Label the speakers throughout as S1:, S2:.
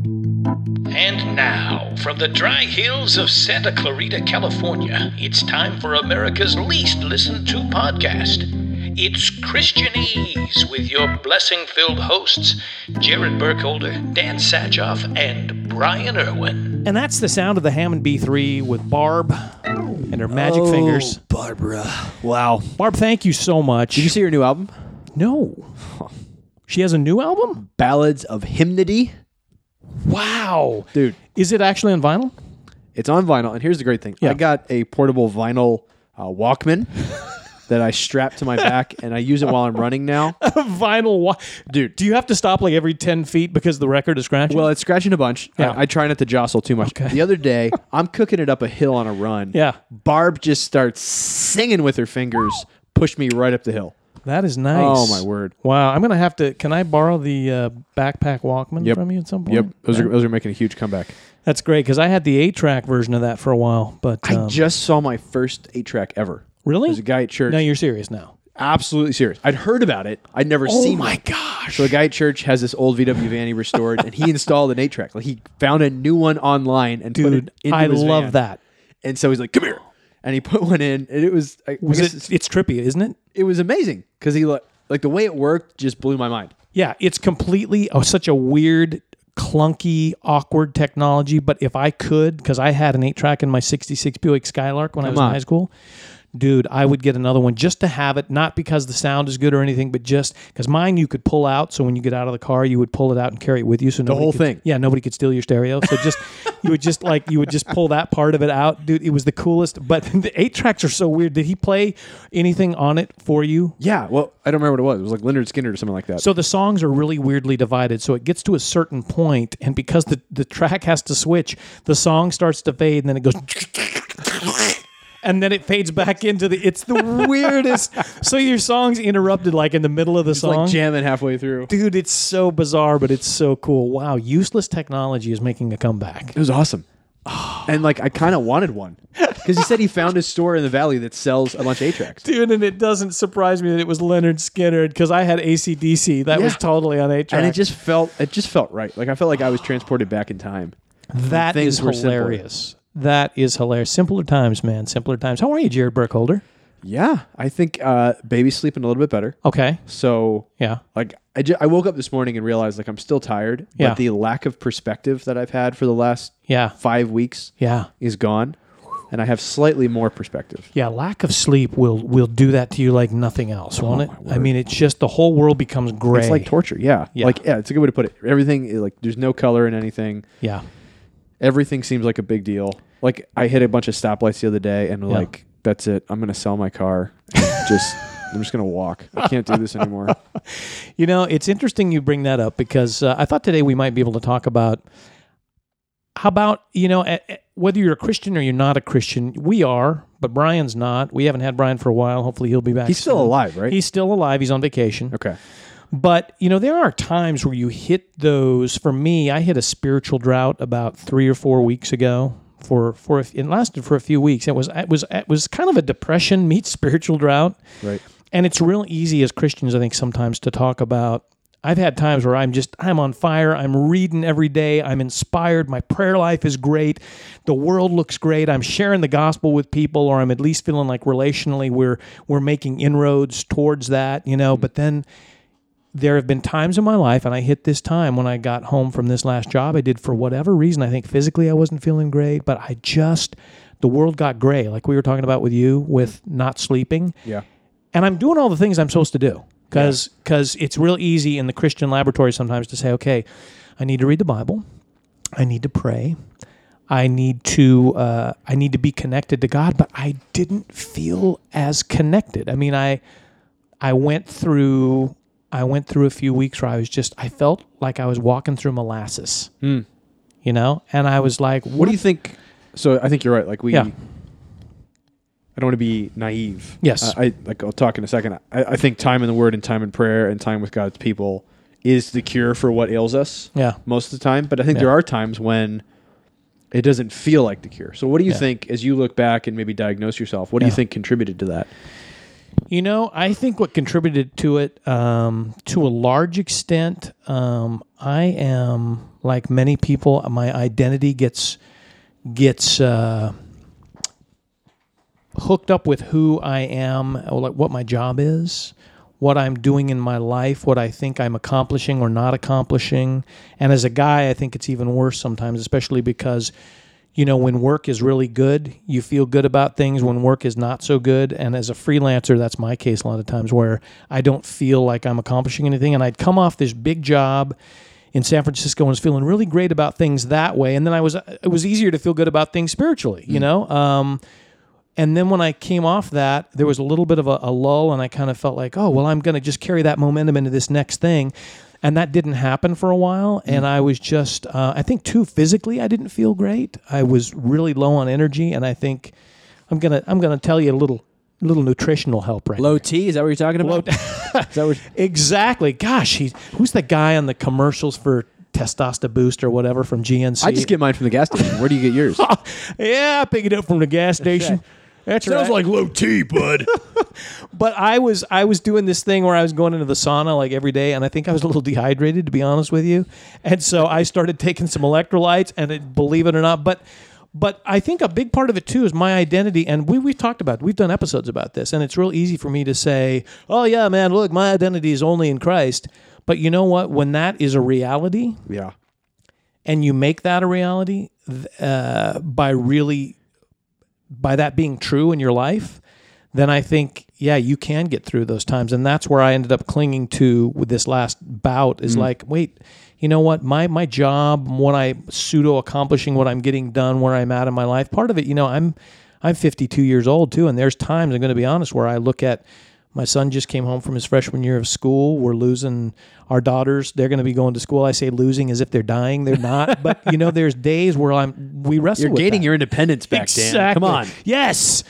S1: And now, from the dry hills of Santa Clarita, California, it's time for America's least listened to podcast. It's Christianese with your blessing filled hosts, Jared Burkholder, Dan Satchoff, and Brian Irwin.
S2: And that's the sound of the Hammond B3 with Barb and her magic
S3: Oh,
S2: fingers.
S3: Barbara. Wow.
S2: Barb, thank you so much.
S3: Did you see her new album?
S2: no. She has a new album?
S3: Ballads of Hymnody.
S2: Wow.
S3: Dude,
S2: Is it actually on vinyl?
S3: it's on vinyl. And here's the great thing
S2: Yeah.
S3: I got a portable vinyl uh, Walkman that I strap to my back and I use it while I'm running now.
S2: vinyl. Wa- Dude, do you have to stop like every 10 feet because the record is scratching?
S3: Well, it's scratching a bunch.
S2: Yeah.
S3: I, I try not to jostle too much. The other day, I'm cooking it up a hill on a run.
S2: Yeah.
S3: Barb just starts singing with her fingers, pushed me right up the hill.
S2: that is nice.
S3: Oh, my word.
S2: Wow. I'm going to have to. Can I borrow the uh, backpack Walkman
S3: Yep.
S2: from you at some point?
S3: Yep. Those are, those are making a huge comeback.
S2: That's great because I had the 8 track version of that for a while. But
S3: I
S2: um,
S3: just saw my first eight track ever.
S2: Really?
S3: There's a guy at church.
S2: Now you're serious now.
S3: absolutely serious. I'd heard about it. I'd never seen. it.
S2: Oh gosh.
S3: So a guy at church has this old VW van he restored, and he installed an eight track. Like he found a new one online and put
S2: Dude,
S3: it into
S2: I
S3: his
S2: love
S3: van.
S2: that.
S3: And so he's like, "Come here," and he put one in, and it was I,
S2: Was it,
S3: I guess it's-
S2: it's trippy, isn't it?
S3: it was amazing because he like like the way it worked just blew my mind.
S2: Yeah, it's completely oh, such a weird, clunky, awkward technology. But if I could, because I had an eight track in my '66 Buick Skylark when I was in
S3: on.
S2: high school, dude, I would get another one just to have it. Not because the sound is good or anything, but just because mine you could pull out. So when you get out of the car, you would pull it out and carry it with you. So the
S3: whole thing.
S2: yeah, nobody could steal your stereo. So just you would just like you would just pull that part of it out, dude. It was the coolest. But the eight tracks are so weird. Did he play anything on it for you?
S3: Yeah, well, I don't remember what it was. It was like Leonard Skinner or something like that.
S2: So the songs are really weirdly divided. So it gets to a certain point, and because the, the track has to switch, the song starts to fade, and then it goes. And then it fades back into the. It's the weirdest. so your song's interrupted like in the middle of the
S3: it's
S2: song.
S3: like jamming halfway through.
S2: Dude, it's so bizarre, but it's so cool. Wow, useless technology is making a comeback.
S3: It was awesome. And like I kind of wanted one because he said he found a store in the valley that sells a bunch of eight tracks.
S2: Dude, and it doesn't surprise me that it was Leonard Skinner because I had ACDC. That was
S3: Yeah.
S2: totally on 8 track.
S3: and it just felt it just felt right. Like I felt like I was transported back in time.
S2: That
S3: things
S2: is
S3: were simpler.
S2: hilarious. That is hilarious. Simpler times, man. Simpler times. How are you, Jared Burkholder?
S3: Yeah, I think uh, baby's sleeping a little bit better.
S2: Okay.
S3: So
S2: Yeah.
S3: like I, ju- I woke up this morning and realized like I'm still tired,
S2: Yeah.
S3: but the lack of perspective that I've had for the last
S2: Yeah.
S3: five weeks
S2: Yeah.
S3: is gone, and I have slightly more perspective.
S2: Yeah. Lack of sleep will will do that to you like nothing else, won't it? I mean, it's just the whole world becomes gray.
S3: Oh It's like torture. Yeah. Like yeah, it's a good way to put it. Everything like there's no color in anything.
S2: yeah.
S3: everything seems like a big deal. Like I hit a bunch of stoplights the other day and like that's it. I'm gonna sell my car. and just I'm just gonna walk. I can't do this anymore.
S2: You know, it's interesting you bring that up because uh, I thought today we might be able to talk about how about you know a- a- whether you're a Christian or you're not a Christian. We are, but Brian's not. We haven't had Brian for a while. Hopefully, he'll be back.
S3: He's still
S2: soon.
S3: alive, right?
S2: He's still alive. He's on vacation.
S3: okay.
S2: But you know, there are times where you hit those. For me, I hit a spiritual drought about three or four weeks ago. For for a- it lasted for a few weeks. It was it was it was kind of a depression meets spiritual drought.
S3: Right.
S2: And it's real easy as Christians, I think, sometimes to talk about. I've had times where I'm just, I'm on fire. I'm reading every day. I'm inspired. My prayer life is great. The world looks great. I'm sharing the gospel with people, or I'm at least feeling like relationally we're, we're making inroads towards that, you know. But then there have been times in my life, and I hit this time when I got home from this last job I did for whatever reason. I think physically I wasn't feeling great, but I just, the world got gray, like we were talking about with you, with not sleeping
S3: Yeah.
S2: and I'm doing all the things I'm supposed to do because it's real easy in the Christian laboratory sometimes to say, okay, I need to read the Bible, I need to pray, I need to uh, I need to be connected to God, but I didn't feel as connected. I mean, I I went through I went through a few weeks where I was just I felt like I was walking through molasses, you know, and I was like,
S3: What do you think? So I think you're right. Like we.
S2: Yeah.
S3: I don't want to be naive.
S2: Yes.
S3: I, I like. I'll talk in a second. I, I think time in the Word and time in prayer and time with God's people is the cure for what ails us.
S2: Yeah.
S3: Most of the time, but I think there are times when it doesn't feel like the cure. So, what do you think as you look back and maybe diagnose yourself? What do you
S2: Yeah.
S3: think contributed to that?
S2: You know, I think what contributed to it, um, to a large extent, um, I am like many people. My identity gets gets uh, hooked up with who I am, or like what my job is, what I'm doing in my life, what I think I'm accomplishing or not accomplishing. And as a guy, I think it's even worse sometimes, especially because you know, when work is really good, you feel good about things. When work is not so good, and as a freelancer, that's my case a lot of times where I don't feel like I'm accomplishing anything. And I'd come off this big job in San Francisco and was feeling really great about things that way. And then I was, it was easier to feel good about things spiritually, you know? Um, and then when I came off that, there was a little bit of a, a lull, and I kind of felt like, oh, well, I'm going to just carry that momentum into this next thing. And that didn't happen for a while.
S3: Mm.
S2: And I was just, uh, I think, too, physically, I didn't feel great. I was really low on energy. And I think I'm going to, I'm going to tell you a little, little nutritional help right
S3: Low T, is that what you're talking about? is that what
S2: Exactly. Gosh, he's, who's the guy on the commercials for Testosta Boost or whatever from GNC?
S3: I just get mine from the gas station. Where do you get yours?
S2: yeah, I pick it up from the gas station. That's right.
S3: low T, bud.
S2: but I was I was doing this thing where I was going into the sauna like every day, and I think I was a little dehydrated to be honest with you, and so I started taking some electrolytes, and it, believe it or not, but but I think a big part of it too is my identity, and we we've talked about we've done episodes about this, and it's real easy for me to say, oh yeah, man, look, my identity is only in Christ, but you know what? When that is a reality,
S3: yeah.
S2: and you make that a reality th- uh, by really by that being true in your life then i think yeah you can get through those times and that's where i ended up clinging to with this last bout
S3: Mm.
S2: is like wait you know what my my job what i pseudo accomplishing what i'm getting done where i'm at in my life part of it you know i'm i'm 52 years old too and there's times i'm going to be honest where i look at my son just came home from his freshman year of school. We're losing our daughters. They're going to be going to school. I say losing as if they're dying. They're not. but you know, there's days where I'm we wrestle.
S3: You're
S2: with
S3: gaining
S2: that.
S3: your independence back, Dan. Come on.
S2: Yes.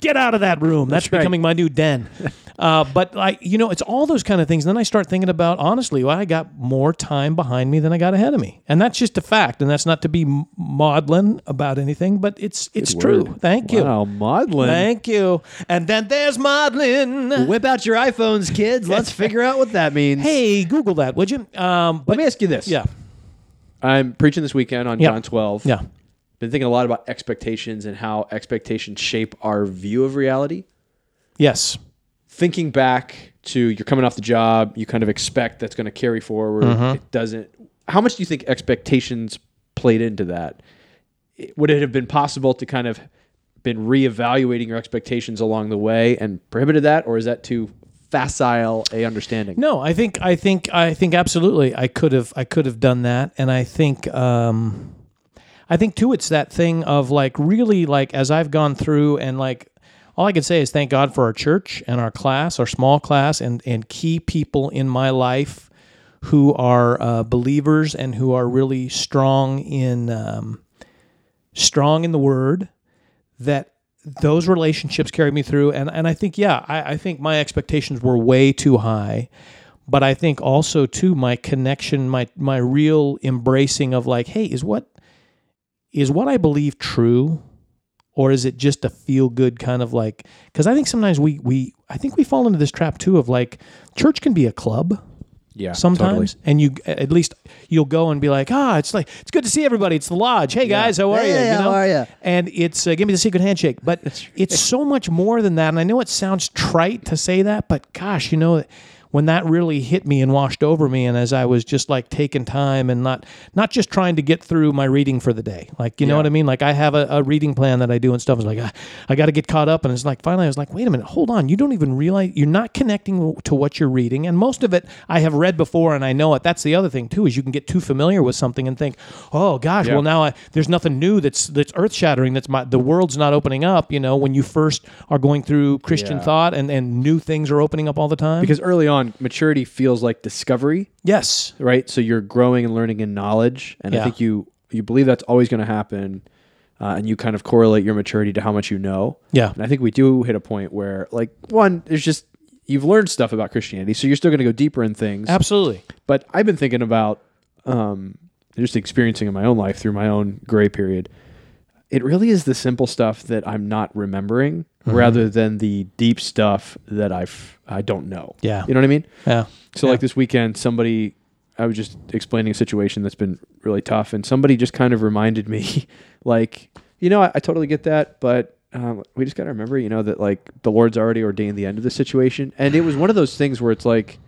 S2: Get out of that room. That's,
S3: right.
S2: becoming my new den. Uh, but like you know, it's all those kind of things. And then I start thinking about honestly, well, I got more time behind me than I got ahead of me, and that's just a fact. And that's not to be m- maudlin about anything, but it's it's true.
S3: word.
S2: Thank you,
S3: Wow, maudlin.
S2: thank you. And then there's maudlin.
S4: Whip out your iPhones, kids. Let's figure out what that means.
S2: Hey, Google that, would you? Um, but
S4: let me ask you this.
S2: yeah,
S3: I'm preaching this weekend on
S2: Yeah.
S3: John 12.
S2: yeah,
S3: Been thinking a lot about expectations and how expectations shape our view of reality.
S2: yes,
S3: Thinking back to you're coming off the job, you kind of expect that's going to carry forward.
S2: Mm-hmm.
S3: It doesn't. How much do you think expectations played into that? It- Would it have been possible to kind of been reevaluating your expectations along the way and prohibited that, or is that too facile a understanding?
S2: No, I think I think I think absolutely I could have I could have done that, and I think um, I think too it's that thing of like really like as I've gone through and like all I can say is thank God for our church and our class, our small class, and and key people in my life who are uh, believers and who are really strong in um, strong in the Word that those relationships carried me through and, and i think yeah I, I think my expectations were way too high but i think also too my connection my my real embracing of like hey is what is what i believe true or is it just a feel good kind of like because i think sometimes we we i think we fall into this trap too of like church can be a club
S3: Yeah,
S2: sometimes and you at least you'll go and be like ah it's like it's good to see everybody it's the lodge hey guys how are
S4: Yeah,
S2: you
S4: yeah,
S2: you
S4: how are ya?
S2: and it's uh, give me the secret handshake but it's so much more than that and i know it sounds trite to say that but gosh you know when that really hit me and washed over me and as i was just like taking time and not not just trying to get through my reading for the day like you know what i mean like i have a, a reading plan that i do and stuff it's like ah, i got to get caught up and it's like finally i was like wait a minute hold on you don't even realize you're not connecting to what you're reading and most of it i have read before and i know it that's the other thing too is you can get too familiar with something and think oh gosh well now I, there's nothing new that's that's earth shattering that's my the world's not opening up you know when you first are going through christian
S3: Yeah.
S2: thought and and new things are opening up all the time
S3: because early on, maturity feels like discovery.
S2: yes
S3: right? So you're growing and learning in knowledge, and
S2: Yeah.
S3: I think you you believe that's always going to happen, uh, and you kind of correlate your maturity to how much you know.
S2: Yeah.
S3: and I think we do hit a point where, like, one, there's just you've learned stuff about Christianity, so you're still going to go deeper in things.
S2: absolutely
S3: But I've been thinking about um, just experiencing in my own life through my own gray period. It really is the simple stuff that I'm not remembering
S2: Mm-hmm.
S3: rather than the deep stuff that I've I don't know.
S2: Yeah.
S3: you know what I mean.
S2: Yeah.
S3: So like this weekend, somebody I was just explaining a situation that's been really tough, and somebody just kind of reminded me, like, you know, I, I totally get that, but um, we just got to remember, you know, that like the Lord's already ordained the end of the situation, and it was one of those things where it's like.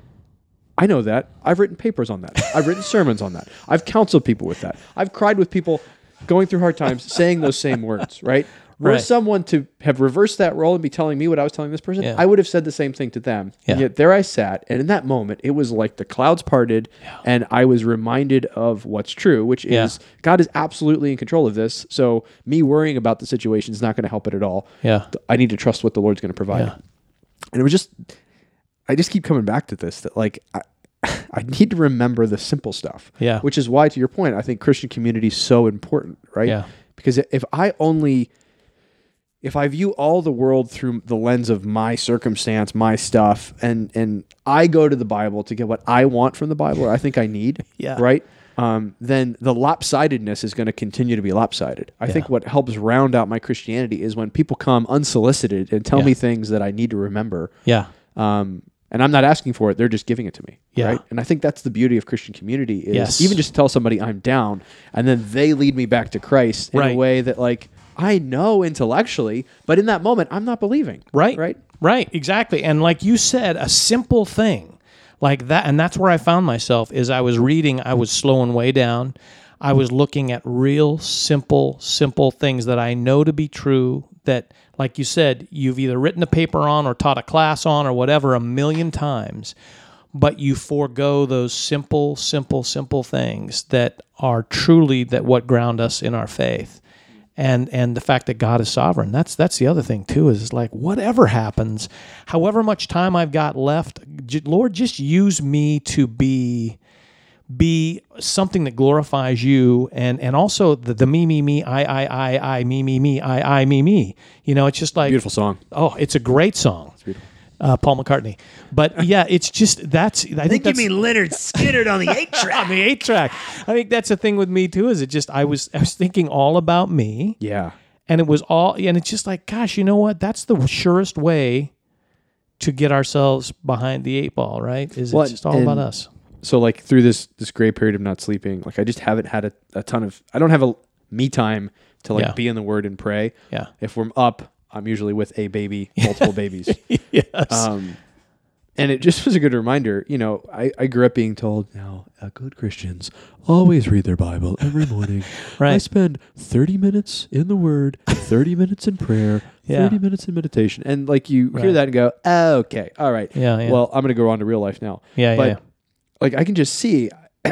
S3: I know that. I've written papers on that. I've written sermons on that. I've counseled people with that. I've cried with people going through hard times saying those same words, right? Were
S2: Right.
S3: someone to have reversed that role and be telling me what I was telling this person,
S2: Yeah.
S3: I would have said the same thing to them. And
S2: Yeah.
S3: yet there I sat, and in that moment, it was like the clouds parted, and I was reminded of what's true, which
S2: Yeah.
S3: is God is absolutely in control of this. So me worrying about the situation is not going to help it at all.
S2: Yeah.
S3: I need to trust what the Lord's going to provide.
S2: Yeah.
S3: And it was just, I just keep coming back to this that like, I, I need to remember the simple stuff.
S2: Yeah.
S3: Which is why, to your point, I think Christian community is so important, right?
S2: Yeah.
S3: Because if I only, if I view all the world through the lens of my circumstance, my stuff, and and I go to the Bible to get what I want from the Bible, or I think I need,
S2: Yeah.
S3: right? Um, then the lopsidedness is going to continue to be lopsided. I think what helps round out my Christianity is when people come unsolicited and tell me things that I need to remember,
S2: Yeah.
S3: um, and I'm not asking for it; they're just giving it to me,
S2: Yeah.
S3: right? And I think that's the beauty of Christian community is
S2: Yes.
S3: even just tell somebody I'm down, and then they lead me back to Christ in a
S2: Right.
S3: way that like I know intellectually, but in that moment I'm not believing,
S2: Right.
S3: Right?
S2: Right. Exactly. And like you said, a simple thing like that, and that's where I found myself is I was reading, I was slowing way down. I was looking at real simple, simple things that I know to be true that, like you said, you've either written a paper on or taught a class on or whatever a million times, but you forego those simple, simple, simple things that are truly that what ground us in our faith and and the fact that God is sovereign. That's that's the other thing too. Is it's like whatever happens, however much time I've got left, j- Lord, just use me to be be something that glorifies you and and also the, the me me me I I I I me me me I I me me. You know, it's just like
S3: Beautiful song.
S2: Oh, it's a great song. Uh, Paul McCartney, but yeah, it's just that's. I think, that's,
S4: Leonard Skinner on the eight
S2: on the eight track. I think that's the thing with me too. Is it just I was I was thinking all about me
S3: Yeah.
S2: and it was all and it's just like gosh you know what that's the surest way to get ourselves behind the eight ball right is
S3: Well,
S2: it's just all
S3: and-
S2: about us
S3: so like through this this gray period of not sleeping like i just haven't had a, a ton of i don't have a me time to like
S2: Yeah.
S3: be in the word and pray
S2: Yeah.
S3: if i'm up i'm usually with a baby multiple babies
S2: yes
S3: um and it just was a good reminder you know i i grew up being told now uh, good christians always read their bible every morning i
S2: Right.
S3: spend 30 minutes in the word 30 minutes in prayer
S2: Yeah.
S3: 30 minutes in meditation and like you hear that and go "Oh, okay all right
S2: Yeah, yeah.
S3: well i'm gonna go on to real life now
S2: Yeah,
S3: but
S2: yeah.
S3: like I can just see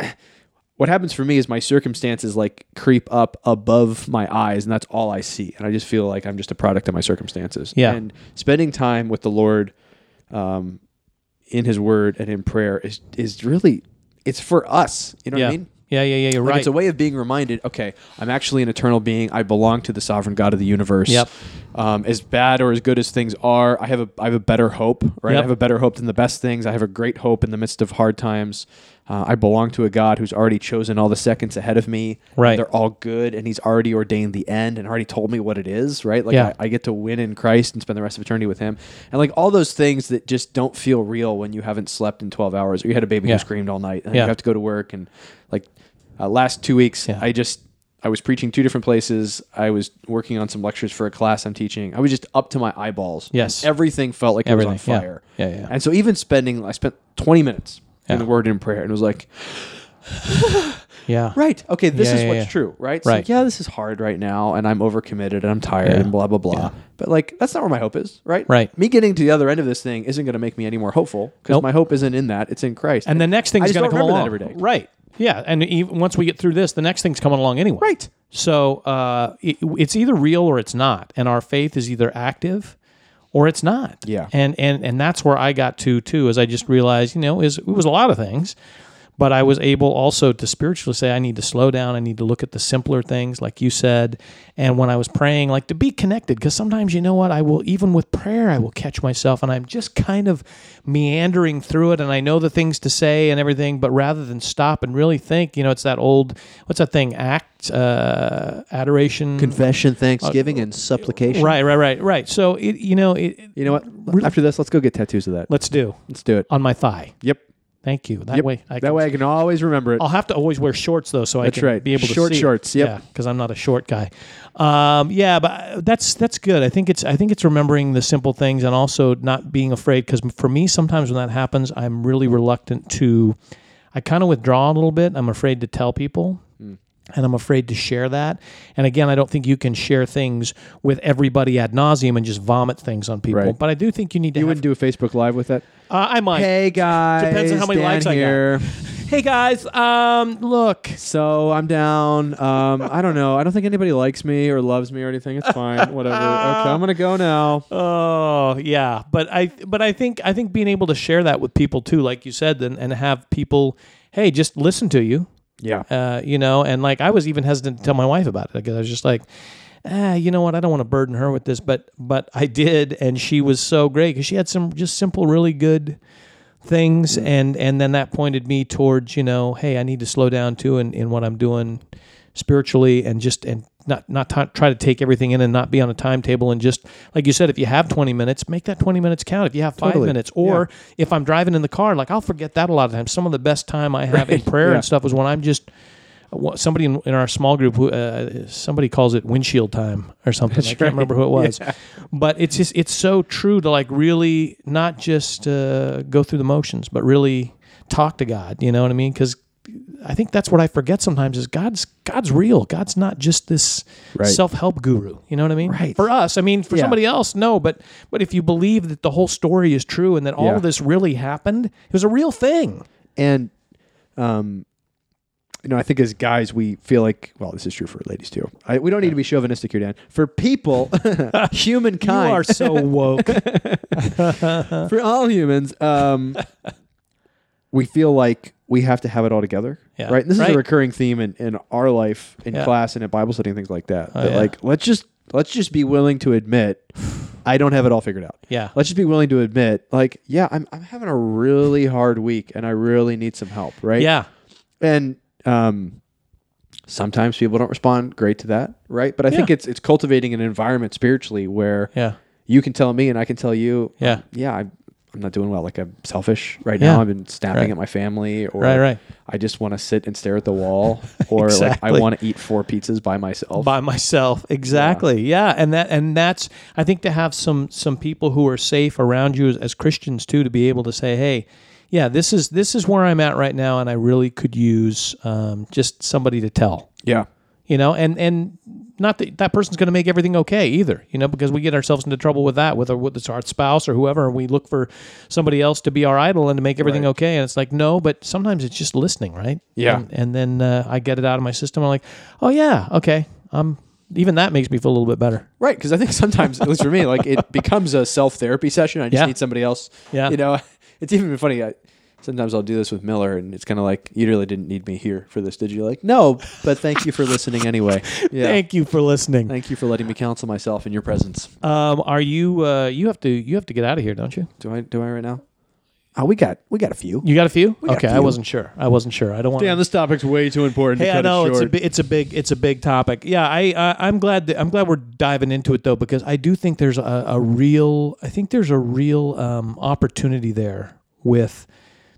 S3: what happens for me is my circumstances like creep up above my eyes and that's all I see and I just feel like I'm just a product of my circumstances.
S2: Yeah.
S3: And spending time with the Lord um in his word and in prayer is is really it's for us, you know
S2: yeah.
S3: what I mean?
S2: yeah yeah yeah you're
S3: Like,
S2: right
S3: It's a way of being reminded, okay, I'm actually an eternal being. I belong to the sovereign God of the universe.
S2: Yep.
S3: Um, as bad or as good as things are, I have a I have a better hope, right?
S2: Yep.
S3: I have a better hope than the best things. I have a great hope in the midst of hard times. Uh, I belong to a God who's already chosen all the seconds ahead of me.
S2: Right.
S3: They're all good, and He's already ordained the end and already told me what it is, right? Like
S2: Yeah.
S3: I, I get to win in Christ and spend the rest of eternity with Him, and like all those things that just don't feel real when you haven't slept in 12 hours or you had a baby
S2: Yeah.
S3: who screamed all night and
S2: Yeah.
S3: you have to go to work and like uh, last two weeks i just i was preaching two different places i was working on some lectures for a class i'm teaching i was just up to my eyeballs
S2: Yes.
S3: And everything felt like it was
S2: Everything, yeah.
S3: on fire
S2: Yeah, yeah.
S3: and so even spending i spent 20 minutes
S2: Yeah.
S3: in the word and in prayer and it was like
S2: yeah
S3: right okay this
S2: Yeah,
S3: is
S2: yeah,
S3: what's
S2: yeah.
S3: true right It's like,
S2: Right.
S3: yeah this is hard right now and i'm overcommitted and i'm tired and blah blah blah but like that's not where my hope is right
S2: Right.
S3: me getting to the other end of this thing isn't going to make me any more hopeful because
S2: Nope.
S3: my hope isn't in that it's in christ
S2: and the next
S3: I
S2: thing's
S3: just
S2: going to
S3: don't
S2: come
S3: remember that
S2: along
S3: every day.
S2: right yeah and even, once we get through this the next thing's coming along anyway
S3: Right.
S2: so uh, it, it's either real or it's not and our faith is either active or it's not
S3: Yeah.
S2: and and and that's where i got to too is i just realized you know is it was a lot of things But I was able also to spiritually say, I need to slow down. I need to look at the simpler things, like you said. And when I was praying, like to be connected, because sometimes, you know what, I will, even with prayer, I will catch myself and I'm just kind of meandering through it. And I know the things to say and everything, but rather than stop and really think, you know, it's that old, what's that thing, act, uh, adoration?
S3: Confession,
S5: Thanksgiving
S2: Uh,
S5: and supplication.
S2: Right, right, right, right. So, it, you know, it,
S3: You know what? After this, let's go get tattoos of that.
S2: let's do
S3: Let's do it.
S2: on my thigh.
S3: Yep.
S2: Thank you. That
S3: Yep.
S2: way, uh, I
S3: that
S2: can
S3: way I can always remember it.
S2: I'll have to always wear shorts though, so
S3: That's
S2: I can
S3: right.
S2: be able to
S3: Short
S2: see.
S3: shorts, yep.
S2: because I'm not a short guy. Um, yeah, but that's that's good. I think it's I think it's remembering the simple things and also not being afraid. Because for me, sometimes when that happens, I'm really reluctant to. I kind of withdraw a little bit. I'm afraid to tell people.
S3: Mm.
S2: And I'm afraid to share that. And again, I don't think you can share things with everybody ad nauseum and just vomit things on people.
S3: Right.
S2: But I do think you need to.
S3: You
S2: have,
S3: wouldn't do a Facebook Live with that?
S2: uh, I might.
S3: Hey guys,
S2: Depends on how many
S3: Dan
S2: likes I got.
S3: here.
S2: hey guys. Um, look,
S3: So I'm down. Um, I don't know. I don't think anybody likes me or loves me or anything. It's fine. Whatever. Okay, I'm gonna go now.
S2: Oh yeah, but I but I think I think being able to share that with people too, like you said, and, and have people, hey, just listen to you,
S3: Yeah.
S2: uh, you know, and like I was even hesitant to tell my wife about it because I was just like, ah, you know what, I don't want to burden her with this, but but I did, and she was so great because she had some just simple, really good things, and and then that pointed me towards you know, hey, I need to slow down too in in what I'm doing spiritually, and just and not not t- try to take everything in and not be on a timetable, and just like you said, if you have 20 minutes, make that 20 minutes count. If you have five
S3: Totally.
S2: minutes, or if I'm driving in the car, like I'll forget that a lot of times. Some of the best time I have in prayer
S3: yeah.
S2: and stuff is when I'm just wha- somebody in, in our small group who uh, somebody calls it windshield time or something. I can't remember who it was, but it's just it's so true to like really not just uh, go through the motions, but really talk to God. You know what I mean? Because I think that's what I forget sometimes is God's God's real. God's not just this
S3: Right.
S2: self help guru. You know what I mean?
S3: Right.
S2: For us, I mean, for
S3: Yeah.
S2: somebody else, no. But but if you believe that the whole story is true and that all
S3: Yeah.
S2: of this really happened, it was a real thing.
S3: And um, you know, I think as guys, we feel like well, this is true for ladies too. I, we don't need to be chauvinistic here, Dan. For people, humankind,
S2: You are so woke.
S3: for all humans, um, we feel like we have to have it all together.
S2: Yeah.
S3: Right. And this is
S2: Right.
S3: a recurring theme in, in our life, in
S2: Yeah. Oh,
S3: class, and at Bible study and things like that. that
S2: yeah.
S3: Like, let's just let's just be willing to admit I don't have it all figured out.
S2: Yeah.
S3: Let's just be willing to admit, like, yeah, I'm I'm having a really hard week, and I really need some help. Right.
S2: yeah.
S3: And um, sometimes people don't respond great to that. Right. But I think
S2: Yeah.
S3: it's it's cultivating an environment spiritually where
S2: Yeah.
S3: you can tell me and I can tell you,
S2: Yeah.
S3: yeah, I'm, I'm not doing well. Like I'm selfish right
S2: Yeah.
S3: now. I've been snapping
S2: Right.
S3: at my family, or
S2: Right, right.
S3: I just want to sit and stare at the wall, or like
S2: Exactly.
S3: I want to eat four pizzas by myself.
S2: by myself exactly yeah. and that and that's i think to have some some people who are safe around you as, as christians too to be able to say hey yeah this is this is where i'm at right now and i really could use um, just somebody to tell
S3: yeah,
S2: you know and and not that that person's going to make everything okay either you know because we get ourselves into trouble with that whether with it's our spouse or whoever and we look for somebody else to be our idol and to make everything okay and it's like no but sometimes it's just listening right
S3: Yeah.
S2: and, and then uh, i get it out of my system i'm like oh yeah okay um even that makes me feel a little bit better
S3: right. Because I think sometimes, at least for me, like it becomes a self therapy session. I just
S2: Yeah.
S3: need somebody else.
S2: Yeah.
S3: you know, it's even funny. I, sometimes I'll do this with Miller, and it's kind of like you really didn't need me here for this, did you? Like, no, but thank you for listening anyway. Yeah.
S2: thank you for listening
S3: Thank you for letting me counsel myself in your presence.
S2: um are you uh you have to you have to get out of here don't you
S3: Do I? Do I right now? Oh, we got we got a few.
S2: you got a few okay i
S3: few.
S2: wasn't sure i wasn't sure i don't want
S3: Damn, this topic's way too important
S2: Hey,
S3: to
S2: I
S3: cut
S2: know
S3: it
S2: it's
S3: short.
S2: a bi- it's a big it's a big topic. Yeah, I uh, I'm glad that I'm glad we're diving into it though because I do think there's a, a real I think there's a real um, opportunity there with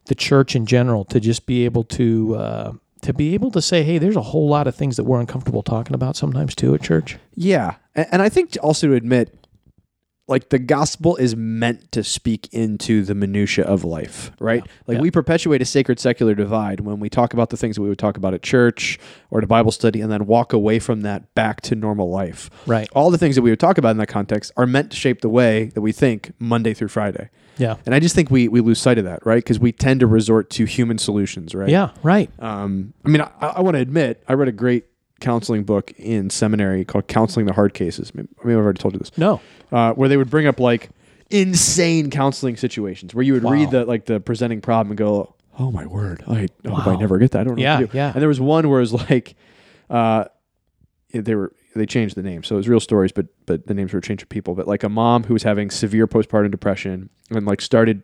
S2: the church in general to just be able to uh, to be able to say hey there's a whole lot of things that we're uncomfortable talking about sometimes too at church.
S3: yeah, A- and I think to also to admit, like the gospel is meant to speak into the minutia of life, right? Like we perpetuate a sacred secular divide when we talk about the things that we would talk about at church or at a Bible study, and then walk away from that back to normal life.
S2: Right.
S3: All the things that we would talk about in that context are meant to shape the way that we think Monday through Friday.
S2: Yeah.
S3: And I just think we we lose sight of that, right? Because we tend to resort to human solutions, right?
S2: Yeah, right.
S3: Um, I mean, I, I want to admit, I read a great counseling book in seminary called Counseling the Hard Cases. Maybe, maybe I've already told you this.
S2: No.
S3: Uh, where they would bring up like insane counseling situations where you would read the like the presenting problem and go, oh my word, I I hope I never get that. I don't know.
S2: Yeah,
S3: what to do.
S2: yeah.
S3: And there was one where it was like, uh, it- they were they changed the name, so it was real stories, but but the names were changed to people. But like a mom who was having severe postpartum depression and like started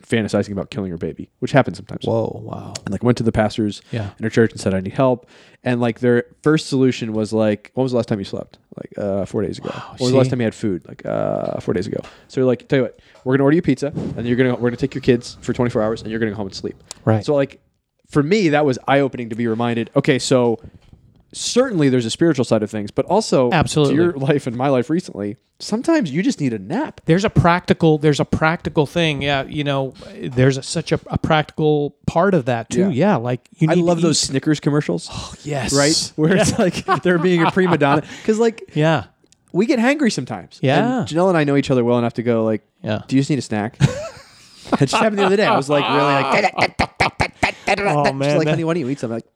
S3: fantasizing about killing her baby, which happens sometimes.
S2: Whoa, wow.
S3: and like went to the pastors
S2: Yeah.
S3: in her church and said, "I need help." And like their first solution was like, "When was the last time you slept?" Like uh, four days ago. when was the last
S2: see?
S3: time you had food? Like uh, four days ago. So they're like, "Tell you what, we're gonna order you pizza, and you're gonna we're gonna take your kids for 24 hours, and you're gonna go home and sleep."
S2: Right.
S3: So like, for me, that was eye opening to be reminded. Okay, so certainly there's a spiritual side of things, but also
S2: Absolutely.
S3: to your life and my life recently, sometimes you just need a nap.
S2: there's a practical there's a practical thing yeah you know there's a, such a, a practical part of that too yeah,
S3: Yeah.
S2: like you
S3: I
S2: need Oh, to
S3: love
S2: eat-
S3: those Snickers commercials,
S2: yes
S3: right? Where it's like they're being a prima donna because like
S2: yeah
S3: we get hangry sometimes.
S2: Yeah.
S3: And Janelle and I know each other well enough to go like,
S2: Yeah.
S3: do you just need a snack? it just happened the other day. I was like, really like,
S2: oh
S3: she's
S2: man
S3: like,
S2: that-
S3: honey, why don't you eat something? Like,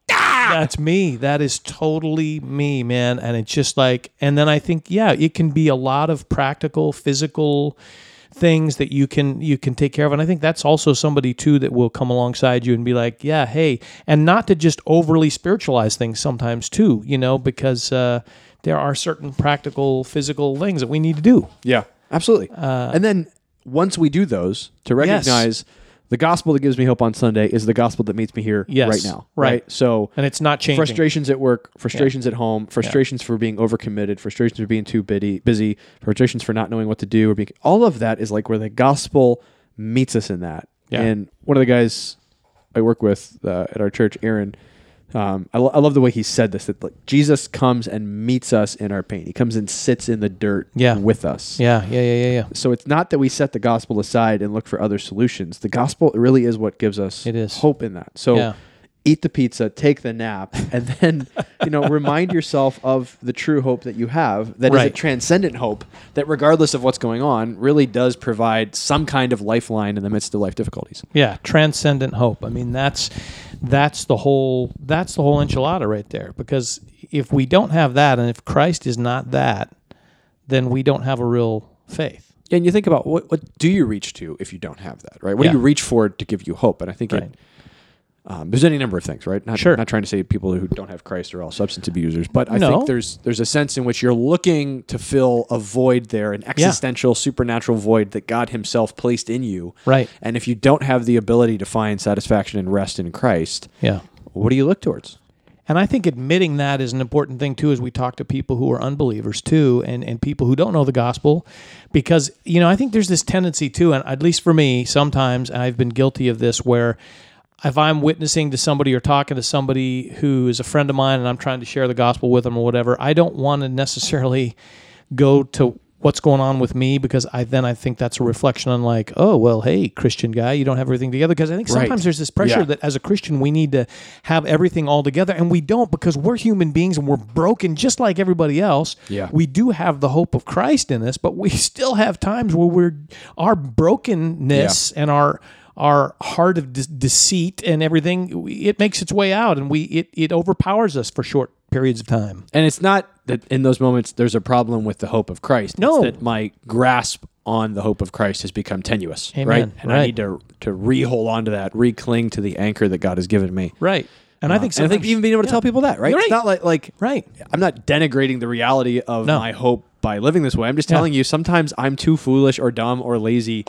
S2: that's me that is totally me man and it's just like and then i think yeah it can be a lot of practical physical things that you can you can take care of and i think that's also somebody too that will come alongside you and be like yeah hey and not to just overly spiritualize things sometimes too you know because uh there are certain practical physical things that we need to do
S3: yeah, absolutely.
S2: Uh,
S3: and then once we do those, to recognize the gospel that gives me hope on Sunday is the gospel that meets me here
S2: Yes.
S3: right now.
S2: Right.
S3: So
S2: and it's not changing
S3: frustrations at work, frustrations at home, frustrations for being overcommitted, frustrations for being too busy, busy, frustrations for not knowing what to do, or being, all of that is like where the gospel meets us in that.
S2: Yeah.
S3: And one of the guys I work with uh, at our church, Aaron, um, I, lo- I love the way he said this that like Jesus comes and meets us in our pain. He comes and sits in the dirt
S2: Yeah.
S3: with us.
S2: yeah yeah yeah yeah yeah
S3: So it's not that we set the gospel aside and look for other solutions. The gospel really is what gives us
S2: It is.
S3: hope in that. So
S2: Yeah.
S3: eat the pizza, take the nap, and then you know remind yourself of the true hope that you have. That is a
S2: Right.
S3: transcendent hope that, regardless of what's going on, really does provide some kind of lifeline in the midst of life difficulties.
S2: Yeah, transcendent hope. I mean, that's that's the whole that's the whole enchilada right there. Because if we don't have that, and if Christ is not that, then we don't have a real faith.
S3: And you think about what what do you reach to if you don't have that, right? What
S2: Yeah.
S3: do you reach for to give you hope? And I think it-
S2: Right.
S3: um, there's any number of things, right? Not,
S2: Sure.
S3: Not trying to say people who don't have Christ are all substance abusers, but I
S2: No.
S3: think there's there's a sense in which you're looking to fill a void there, an existential, supernatural void that God Himself placed in you,
S2: Right.
S3: And if you don't have the ability to find satisfaction and rest in Christ,
S2: Yeah.
S3: what do you look towards?
S2: And I think admitting that is an important thing too, as we talk to people who are unbelievers too, and, and people who don't know the gospel, because you know I think there's this tendency too, and at least for me, sometimes and I've been guilty of this, where if I'm witnessing to somebody or talking to somebody who is a friend of mine, and I'm trying to share the gospel with them or whatever, I don't want to necessarily go to what's going on with me because I then I think that's a reflection on like, oh well, hey Christian guy, you don't have everything together. Because I think sometimes there's this pressure
S3: Yeah.
S2: that as a Christian we need to have everything all together, and we don't because we're human beings and we're broken just like everybody else.
S3: Yeah.
S2: we do have the hope of Christ in us, but we still have times where we're our brokenness and our our heart of de- deceit and everything we- it makes its way out and we it, it overpowers us for short periods of time
S3: And it's not that in those moments there's a problem with the hope of Christ.
S2: No.
S3: It's that my grasp on the hope of Christ has become tenuous,
S2: Amen.
S3: right? And I
S2: Right.
S3: need to to re-hold on to that, re-cling to the anchor that God has given me.
S2: right and i think
S3: And I think
S2: sometimes-
S3: even being able to
S2: yeah.
S3: tell people that, right?
S2: You're
S3: It's
S2: right.
S3: not like like
S2: right
S3: I'm not denigrating the reality of
S2: No.
S3: my hope by living this way. I'm just telling you sometimes I'm too foolish or dumb or lazy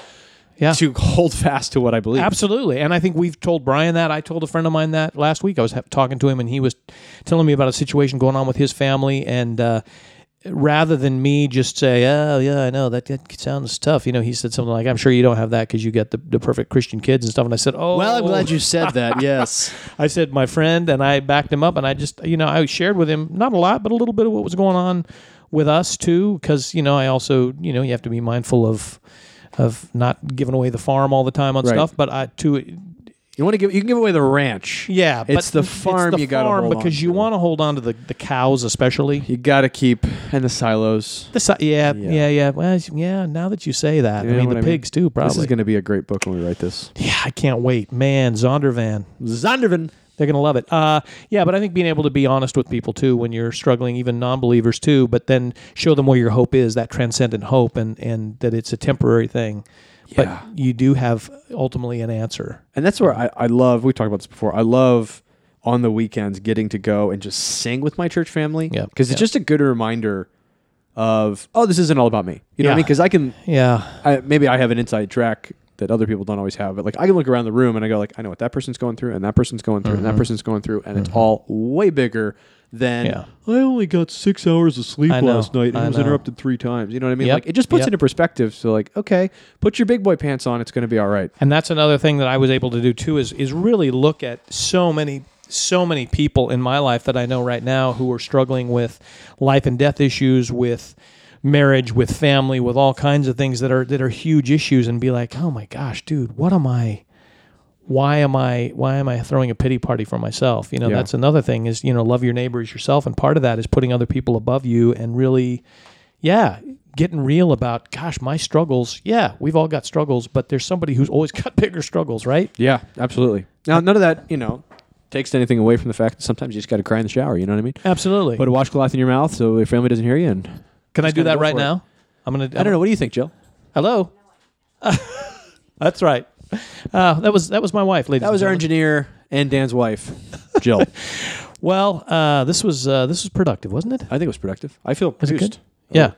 S2: Yeah.
S3: to hold fast to what I believe.
S2: Absolutely. And I think we've told Brian that. I told a friend of mine that last week. I was ha- talking to him, and he was telling me about a situation going on with his family. And uh, rather than me just say, oh, yeah, I know, that, that sounds tough, you know, he said something like, I'm sure you don't have that because you get the, the perfect Christian kids and stuff. And I said, oh.
S5: Well, I'm glad you said that. Yes.
S2: I said, my friend, and I backed him up, and I just, you know, I shared with him not a lot, but a little bit of what was going on with us too, because you know, I also, you know, you have to be mindful of of not giving away the farm all the time on
S3: Right.
S2: stuff, but I to
S3: You want to give you can give away the ranch.
S2: yeah,
S3: It's the
S2: but
S3: farm
S2: it's the
S3: you gotta
S2: farm
S3: hold on
S2: because you
S3: to.
S2: want to hold on to the, the cows especially.
S3: You got to keep and the silos.
S2: The si- yeah, yeah,
S3: Yeah.
S2: yeah, yeah. Well, yeah. Now that you say that,
S3: You know
S2: I mean
S3: what
S2: the
S3: I mean?
S2: pigs too. Probably.
S3: This is going to be a great book when we write this.
S2: yeah, I can't wait, man. Zondervan,
S3: Zondervan.
S2: they're gonna love it. Uh, yeah, but I think being able to be honest with people too when you're struggling, even non-believers too, but then show them where your hope is, that transcendent hope, and and that it's a temporary thing.
S3: Yeah.
S2: but you do have ultimately an answer.
S3: And that's where I, I love, we talked about this before, I love on the weekends getting to go and just sing with my church family.
S2: Yeah.
S3: Because it's
S2: Yeah.
S3: just a good reminder of, oh, this isn't all about me. You know
S2: Yeah.
S3: what I mean? Because I can,
S2: Yeah,
S3: I, maybe I have an inside track that other people don't always have, but like I can look around the room and I go like, I know what that person's going through and that person's going through
S2: Mm-hmm.
S3: and that person's going through. And it's all way bigger than
S2: Yeah.
S3: I only got six hours of sleep
S2: I know,
S3: last night and
S2: I
S3: I was
S2: know.
S3: interrupted three times. You know what I mean?
S2: Yep,
S3: Like it just puts
S2: yep.
S3: it into perspective. So like, okay, put your big boy pants on. It's going to be all right.
S2: and that's another thing that I was able to do too is is really look at so many so many people in my life that I know right now who are struggling with life and death issues with marriage with family with all kinds of things that are that are huge issues and be like oh my gosh dude what am I why am I why am I throwing a pity party for myself you know
S3: Yeah.
S2: that's another thing is you know love your neighbor as yourself and part of that is putting other people above you and really yeah, getting real about, gosh, my struggles. Yeah, we've all got struggles, but there's somebody who's always got bigger struggles, right?
S3: Yeah, absolutely. Now, none of that, you know, takes anything away from the fact that sometimes you just got to cry in the shower. You know what I mean?
S2: Absolutely.
S3: Put a washcloth in your mouth so your family doesn't hear you. And
S2: Can I do
S3: gotta
S2: that
S3: go
S2: right
S3: for it.
S2: now? I'm gonna.
S3: I don't know. What do you think, Jill?
S2: Hello. That's right. Uh, that was that was my wife, ladies.
S3: That was
S2: and
S3: our
S2: gentlemen.
S3: engineer and Dan's wife, Jill.
S2: Well, uh, this was uh, this was productive, wasn't it?
S3: I think it was productive. I feel
S2: Was it
S3: produced.
S2: good? Uh, Yeah.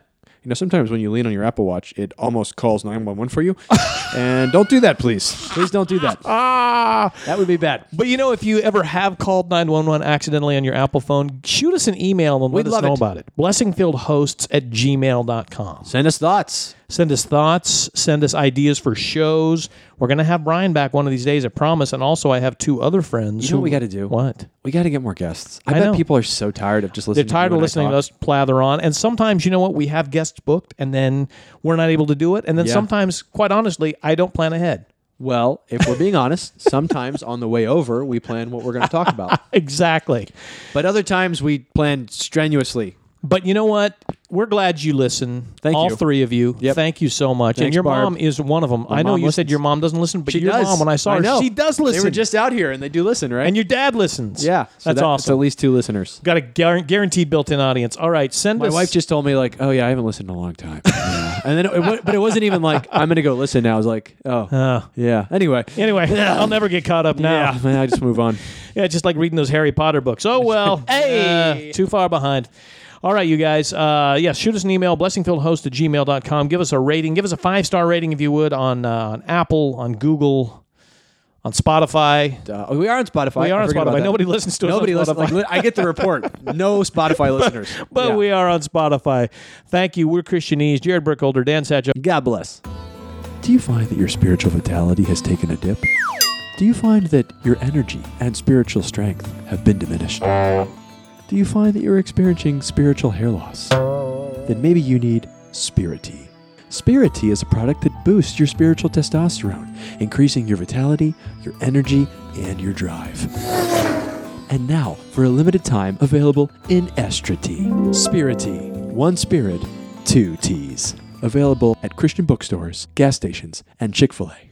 S3: You know, sometimes when you lean on your Apple Watch, it almost calls 911 for you. and don't do that, please. Please don't do that.
S2: Ah.
S3: That would be bad.
S2: But you know, if you ever have called 911 accidentally on your Apple phone, shoot us an email and let us
S3: love
S2: know
S3: it.
S2: about it. Blessingfieldhosts at gmail.com.
S3: Send us thoughts.
S2: Send us thoughts. Send us ideas for shows. We're gonna have Brian back one of these days, I promise. And also, I have two other friends.
S3: You know
S2: who-
S3: what we got to do?
S2: What?
S3: We got to get more guests. I,
S2: I
S3: bet
S2: know.
S3: people are so tired of just
S2: They're
S3: listening.
S2: tired of listening to us plather on. And sometimes, you know what? We have guests booked, and then we're not able to do it. And then
S3: Yeah.
S2: sometimes, quite honestly, I don't plan ahead.
S3: Well, if we're being honest, sometimes on the way over we plan what we're going to talk about,
S2: Exactly.
S3: but other times we plan strenuously.
S2: But you know what? We're glad you listen.
S3: Thank
S2: all
S3: you.
S2: three of you.
S3: Yep.
S2: Thank you so much. and
S3: Thanks,
S2: your
S3: Barb.
S2: mom is one of them. I know
S3: mom
S2: you said
S3: listens.
S2: your mom doesn't listen, but your mom, when I saw her,
S3: know.
S2: she does listen.
S3: They were just out here and they do listen, right?
S2: and your dad listens.
S3: yeah, so
S2: that's
S3: that- It's
S2: awesome.
S3: at least two listeners.
S2: Got a guar- guaranteed built-in audience. All right, send
S3: My
S2: us.
S3: wife just told me like, "Oh yeah, I haven't listened in a long time," Yeah. and then, it, wa- but it wasn't even like, "I'm gonna go listen now." I was like, "Oh,
S2: Oh.
S3: yeah." Anyway,
S2: Anyway, I'll never get caught up now.
S3: yeah,
S2: Yeah,
S3: man, I just move on.
S2: just like reading those Harry Potter books. Oh well. hey, too far behind. All right, you guys. Uh, yeah, shoot us an email, blessingfieldhost at gmail.com. Give us a rating. Give us a five star rating if you would on uh, on Apple, on Google, on Spotify.
S3: Uh, we are on Spotify.
S2: We
S3: I
S2: are on
S3: forgot about
S2: Spotify.
S3: that.
S2: Nobody listens to us.
S3: Nobody
S2: on
S3: listens.
S2: Spotify.
S3: Like, li- I get the report. No Spotify listeners.
S2: but we are on Spotify. Thank you. We're Christian Ease, Jared Burkholder, Dan Satchel.
S3: God bless. Do you find that your spiritual vitality has taken a dip? Do you find that your energy and spiritual strength have been diminished? Do you find that you're experiencing spiritual hair loss? Then maybe you need Spirity. Spirity is a product that boosts your spiritual testosterone, increasing your vitality, your energy, and your drive and now for a limited time available in Estrati. Spirity. One spirit, two teas. Available at Christian bookstores, gas stations, and Chick fil A.